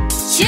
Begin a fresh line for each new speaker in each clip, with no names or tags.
刊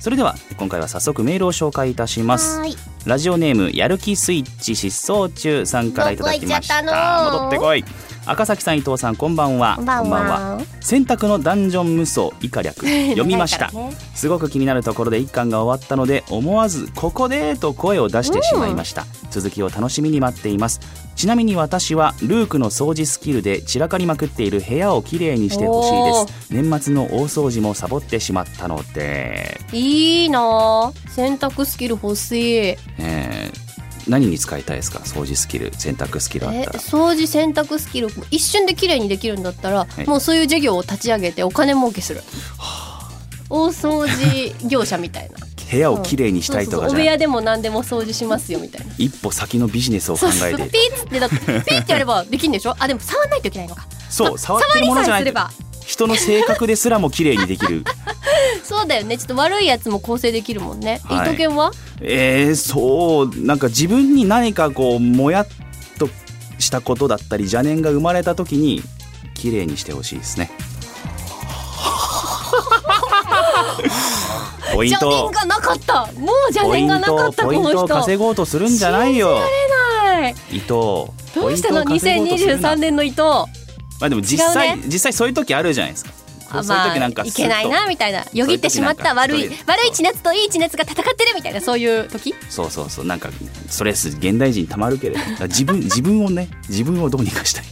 それでは今回は早速メールを紹介いたします
はーい
ラジオネームやる気スイッチ失踪中さんからいただきました
どこ行っちゃったの
戻ってこい赤崎さん伊藤さんこんばんは
こんばんは
選択のダンジョン無双以 下略読みまし
長
た、
いからね
すごく気になるところで一巻が終わったので思わず「ここで!」と声を出してしまいました、続きを楽しみに待っていますちなみに私はルークの掃除スキルで散らかりまくっている部屋をきれいにしてほしいです年末の大掃除もサボってしまったので、
いいなぁ洗濯スキル欲しいえ
えー何に使いたいですか掃除スキル洗濯スキルあったら
掃除洗濯スキル一瞬で綺麗にできるんだったら、
い
もうそういう事業を立ち上げてお金儲けする大掃除業者みたいな
部屋 をきれいにしたいと
そうそ
か
うそう
じ
お
ゃ
部屋
なく
でも何でも掃除しますよみたいな
一歩先のビジネスを考
そうそう
え
ピ
て
ッってだってピッってやればできるんでし ょあでも触んないといけないのか
そう触って
触
る
り
ものじゃ
さ
な
えす
い
れ
と
ば
人の性格ですらもきれいにできる
そうだよねちょっと悪いやつも構成できるもんね、
はい
伊藤健は
えー、そうなんか自分に何かこうもやっとしたことだったり邪念が生まれた時に綺麗にしてほし いですねポイン
邪念
ト
がなかったもう邪
ポイ
念
ン
がなか
ト
った
ポ
こ
イン
の
ト
人
を稼ごうとするんじゃないよ
はい
伊藤
どうしたの
ポイントを稼ごうとするな
2023年の伊藤
まあでも実際、
違うね
実際そういう時あるじゃないですか
あ
そういう時なんか
い
スッと
けないなみたいなよぎってしまった
そういう
悪
時
い
なんか
悪い地熱といい地熱が戦ってるみたいなそういう時
そうそうそうなんかストレス現代人たまるけれどだから 自分自分をね自分をどうにかしたい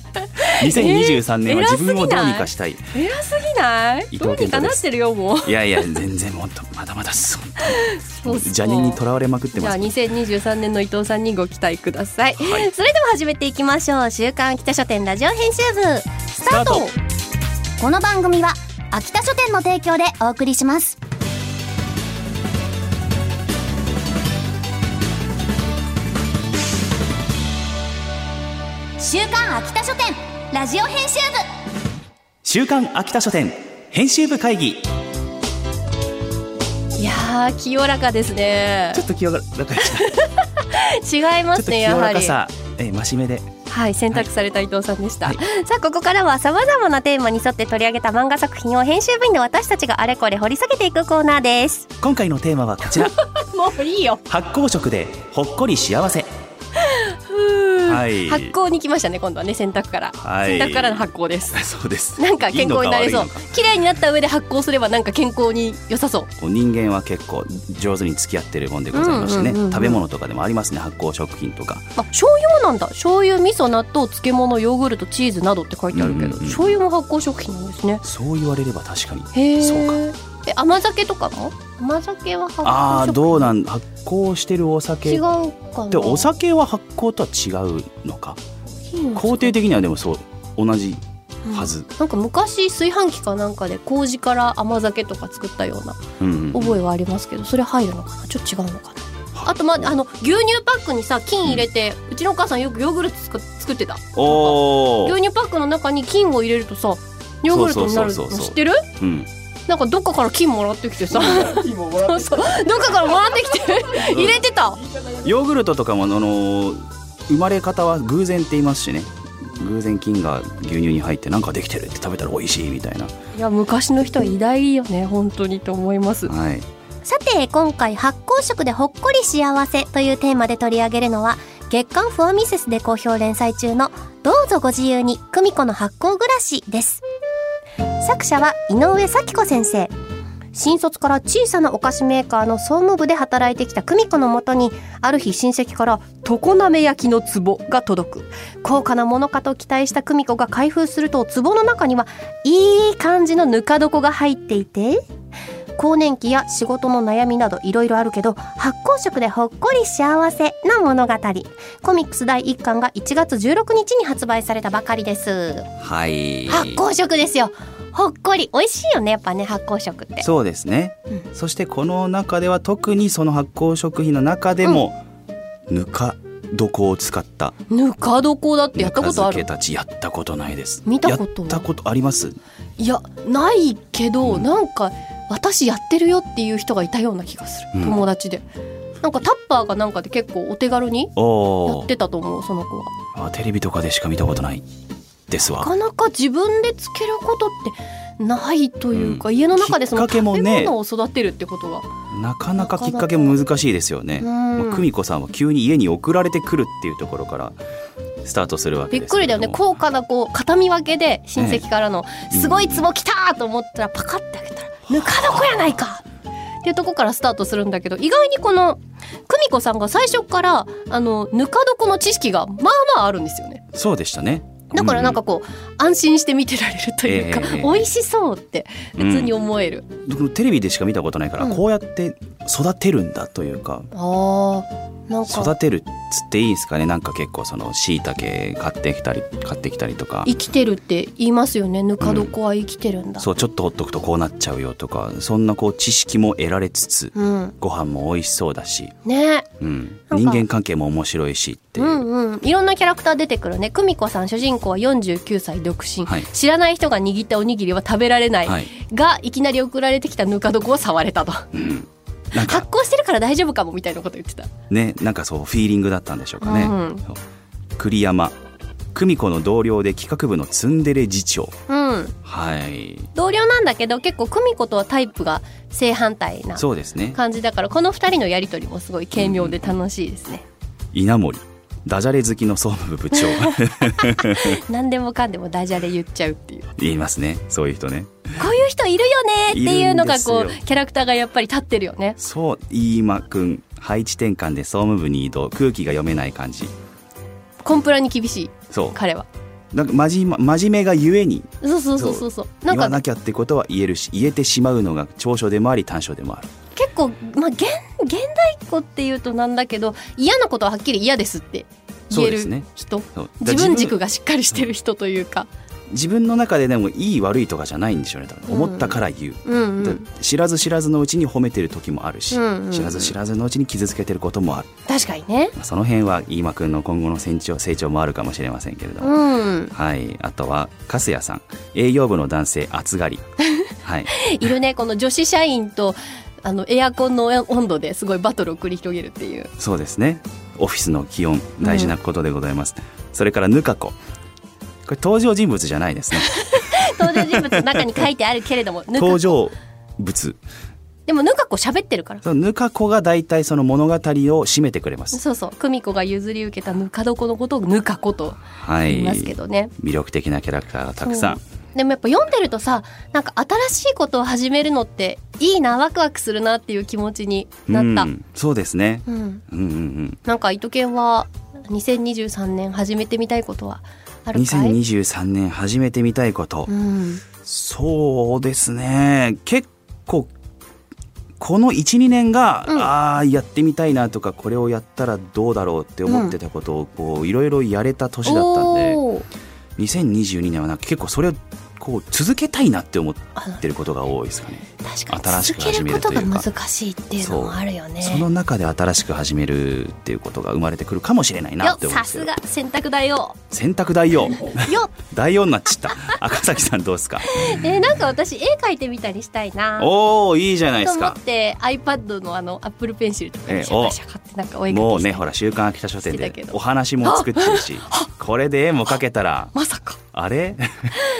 2023年は
偉す
自
ぎない
分をどうにかしたい、
偉すぎない
伊藤健太
どう
です
にかなってるよも う
い、やいや全然もっとまだまだです本
そ
当
う
に
そう
邪念にとらわれまくって
じ
ま
ゃあ
す
2023年の伊藤さんにご期待ください、
はい
それでは始めていきましょう週刊秋田書店ラジオ編集部スタートこの番組は秋田書店の提供でお送りします週刊秋田書店ラジオ編集部
週刊秋田書店編集部 会議
いやー清らかですね
ちょっと清らか でしたちょ
違いま
っ
す
と
ね
清
やは
らか
り
さえー真面目で
はい選択された伊藤さんでした、
はい
さあここからはさまざまなテーマに沿って取り上げた漫画作品を編集部員の私たちがあれこれ掘り下げていくコーナー です
今回のテーマはこ ちら
もういいよ
発酵食でほっこり幸せはい
発酵に来ましたね今度はね洗濯から、
はい
洗濯からの発酵です
そうです
なんか健康になれそ
いいうのか悪いのか
綺麗になった上で発酵すればなんか健康に良さそう
こう人間は結構上手に付き合ってるもんでございましてね、
うんうんうんうん
食べ物とかでもありますね発酵食品とか
あ醤油もなんだ醤油味噌納豆漬物ヨーグルトチーズなどって書いてあるけど、
うんうんうん
醤油も発酵食品なんですね
そう言われれば確かに
へえ
そうか
え甘酒とかも甘酒は発酵食品
ああどうなん発酵してるお酒
違う
で
かな
お酒は発酵とは違うのか
品
工程的にはでもそう同じはず、
なんか昔炊飯器かなんかで麹から甘酒とか作ったような
うんうん
覚えはありますけどそれ入るのかなちょっと違うのかな
発酵
あとまああの牛乳パックにさ菌入れて、うちのお母さんよくヨーグルト作作ってた
お
牛
ー
乳パックの中に菌を入れるとさヨーグルトになる
そ
の
うそうそうそう
知ってる
うん
なんかどっかから菌もらってきてさそうそうどっかからもらってきて入れてた
ヨーグルトとかもあのー生まれ方は偶然って言いますしね偶然菌が牛乳に入ってなんかできてるって食べたら美味しいみたいな、
いや昔の人は偉大よね本当にと思います
はい、
さて今回発酵食でほっこり幸せというテーマで取り上げるのは月刊フォアミセスで好評連載中のどうぞご自由に久美子の発酵暮らしです作者は井上咲子先生新卒から小さなお菓子メーカーの総務部で働いてきた久美子のもとにある日親戚から常滑焼きの壺が届く高価なものかと期待した久美子が開封すると壺の中にはいい感じのぬか床が入っていて更年期や仕事の悩みなどいろいろあるけど発酵食でほっこり幸せな物語コミックス第1巻が1月16日に発売されたばかりです
はい
発酵食ですよほっこり美味しいよねやっぱね発酵食って
そうですね、
う
そしてこの中では特にその発酵食品の中でも、ぬか床を使った
ぬか床だってやったことある
ぬか漬けたちやったことないです
見たこと
やったことあります
いやないけど、
うん
なんか私やってるよっていう人がいたような気がする、
うん
友達でなんかタッパーかなんかで結構お手軽にや
お
っ
ー
てたと思うその子は
あテレビとかでしか見たことないです
な
わ
かなか自分でつけることってないというか、家の中でその
きっかけ
食
も
べ
ね
物を育てるってことが、
なかなかきっかけも難しいですよね
うん
まあ久美子さんは急に家に送られてくるっていうところからスタートするわけ
び
で
っ
すけ
く
れ
りだ
ど
よ
も
ね高価なこう片見分けで親戚からの「
ええ
すごい壺来た!」と思ったらパカッて開けたら「ぬか床やないか!」っていうとこからスタートするんだけど意外にこの久美子さんが最初からあのぬか床の知識がまあまああるんですよね。
そうでしたね
だからなんかこう、安心して見てられるというか、
ええ
美味しそうって普通に思える、
僕テレビでしか見たことないから、
うん
こうやって育てるんだというか
あーなんか
育てるっつっていいですかねなんか結構そのしいたけ買ってきたり買ってきたりとか
生きてるって言いますよねぬか床は生きてるんだ、
そうちょっとほっとくとこうなっちゃうよとかそんなこう知識も得られつつ
うん
ご飯も美味しそうだし、
ね
うん、
なん
人
か
間関係も面白いしっていう、
うんうん、いろんなキャラクター出てくるね久美子さん主人公は49歳独身、
はい
知らない人が握ったおにぎりは食べられない、
はい
がいきなり送られてきたぬか床を触れたと発
なんか
酵してるから大丈夫かもみたいなこと言ってた
ねなんかそうフィーリングだったんでしょうかね、
うん
そう栗山久美子の同僚で企画部のツンデレ次長
うん
はい
同僚なんだけど結構久美子とはタイプが正反対な
そうですね
感じだからこの2人のやり取りもすごい軽妙で楽しいですね、
稲森ダジャレ好きの総務部部長
何でもかんでもダジャレ言っちゃうっていう
言いますねそういう人ね
こういう人いるよねっていうのがこ
いるん
う
です
キャラクターがやっぱり立ってるよね
そう飯間君配置転換で総務部に移動空気が読めない感じ
コンプラに厳しい
そ
彼は
うなんか真面目真面目がゆえに
そうそうそうそうそうな
言
ん
わ
か
なきゃってことは言えるし言えてしまうのが長所でもあり短所でもある
結構、まあ、現現代っ子っていうとなんだけど嫌なことははっきり嫌ですって言え
そうですね
る人、
そうだ
自分軸
が
がしっかりしてる人というか、
自分の中ででもいい悪いとかじゃないんでしょうね多分
うん
思ったから言う、
うんう
だ
ん、
知らず知らずのうちに褒めてる時もあるし、
うんうんうん
知らず知らずのうちに傷つけてることもある、
確かにね、
まあその辺は飯間君の今後の成長成長もあるかもしれませんけれども、
うん、
はい、あとは粕谷さん営業部の男性 暑がりはい
いるねこの女子社員とあのエアコンの温度ですごいバトルを繰り広げるっていう
そうですねオフィスの気温大事なことでございます、それからぬか子これ登場人物じゃないですね
登場人物の中に書いてあるけれども ぬか
登場物
でもぬか子喋ってるから
そのぬか子が大体その物語を締めてく れます
そうそう久美子が譲り受けたぬか床のことをぬか子と
は
言
い
いますけ
魅
どね、
力的なキャラクターがたくさん
でもやっぱ読んでるとさなんか新しいことを始めるのっていいなワクワクするなっていう気持ちになった、う
うんん、そうですねうんうんうん
なんか糸犬は2023年始めてみたいことはあるかい
2023年始めてみたいこと、
うん、
そうですね結構この12年が、
うん
ああやってみたいなとかこれをやったらどうだろうって思ってたことをこういろいろやれた年だったんで、
おー
2022年はなんか結構それをこう続けたいなって思ってることが多いですかね。
確か
新
に
し
続
く
け
始め
る
る
ことと
いうか
が難しいっていうのもあるよね
その中で新しく始めるっていうことが生まれてくるかもしれないな
よ
って思う
さ
んですけ
す
ど
が洗濯だよ
洗濯大 王
よ
大王になっちゃった赤崎さんどう ですか
えーなんか私絵描いてみたりしたいな
おおいいじゃないで
と
す
思っ
か
て iPad のあの Apple ペンシルとか
ええ
にシャカシャカってなんかお絵描き
もう
した
ね
い
ほら「週刊秋田書店」
してたけ
で
ど
お話も作ってるしこれで絵も描けたら
まさか
あれ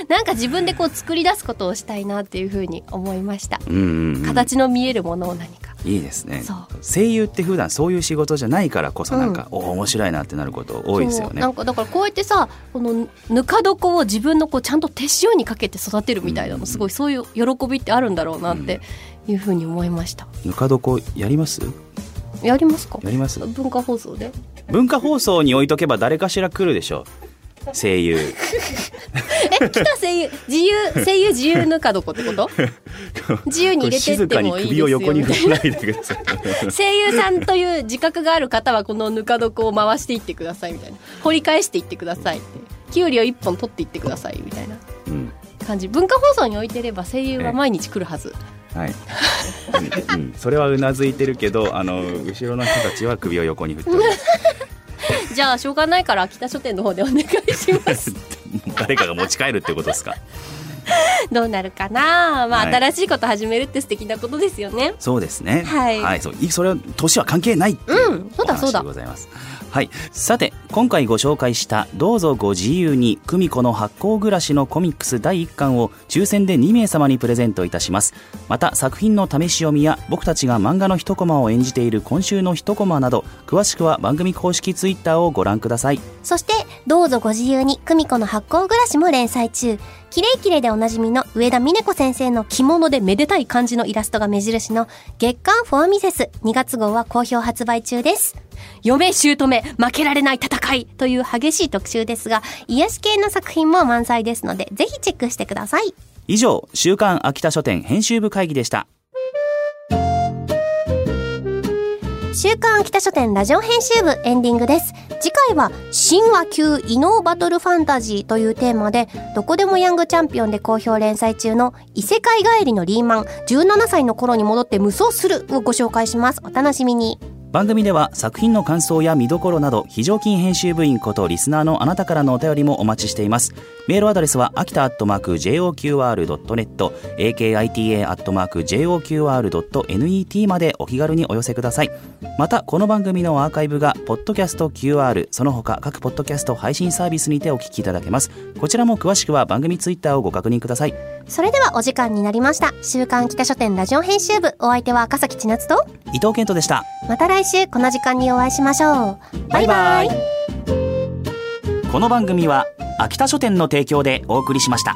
なんか自分でこう作り出すことをしたいなっていうふうに思いました、
うんうん、うん、
形の見えるものを何か
いいですね
そう
声優って普段そういう仕事じゃないからこそなんか、おお面白いなってなること多いですよ
そう
ね
なんかだからこうやってさこのぬか床を自分のこうちゃんと手塩にかけて育てるみたいな
うん
のすごいそういう喜びってあるんだろうなっていうふうに思いました
ぬか床やります
やりますか
やります
文化放 送で
文化放送に置いとけば誰かしら来るでしょう声優
え来た声優自由声優自由ぬか床ってこと 自由に入れて
静
って
かに
もいいです
首
よ
を横に
みたいな
振らないでください
声優さんという自覚がある方はこのぬか床を回していってくださいみたいな掘り返していってくださいってきゅうりを1本取っていってくださいみたいな
うん
感じ文化放送に置いてれば声優は毎日来るはず
はい、うんうんそれはうなずいてるけどあの後ろの人たちは首を横に振っておりま す
じゃあしょうがないから秋田書店の方でお願いします
誰かが持ち帰るってことですか
どうなるかなまあ、
はい
新しいこと始めるって素敵なことですよね
そうですね。
はい
そういそれは年は関係ないってい
うん
う
そ
お
うだそう
話
だ
でございます。はい。さて今回ご紹介したどうぞご自由に久美子の発行暮らしのコミックス第1巻を抽選で2名様にプレゼントいたします。また作品の試し読みや僕たちが漫画の一コマを演じている今週の一コマなど詳しくは番組公式ツイッターをご覧ください。
そして、どうぞご自由に、久美子の発行暮らしも連載中。キレイキレイでおなじみの上田美音子先生の着物でめでたい感じのイラストが目印の月刊フォアミセス2月号は好評発売中です。嫁、姑、負けられない戦いという激しい特集ですが、癒し系の作品も満載ですので、ぜひチェックしてください。
以上週刊秋田書店編集部会議でした。
週刊秋田書店ラジオ編集部エンディングです。次回は神話級異能バトルファンタジーというテーマで、どこでもヤングチャンピオンで好評連載中の異世界帰りのリーマン、17歳の頃に戻って無双するをご紹介します。お楽しみに。
番組では作品の感想や見どころなど非常勤編集部員ことリスナーのあなたからのお便りもお待ちしていますメールアドレスは秋田アットマーク JOQR.net akita アットマーク JOQR.net までお気軽にお寄せくださいまたこの番組のアーカイブがポッドキャスト QR その他各ポッドキャスト配信サービスにてお聞きいただけますこちらも詳しくは番組ツイッターをご確認ください
それではお時間になりました。週刊秋田書店ラジオ編集部、お相手は赤崎千夏と、
伊藤健人でした
また来週この時間にお会いしましょう。バイバイ
この番組は秋田書店の提供でお送りしました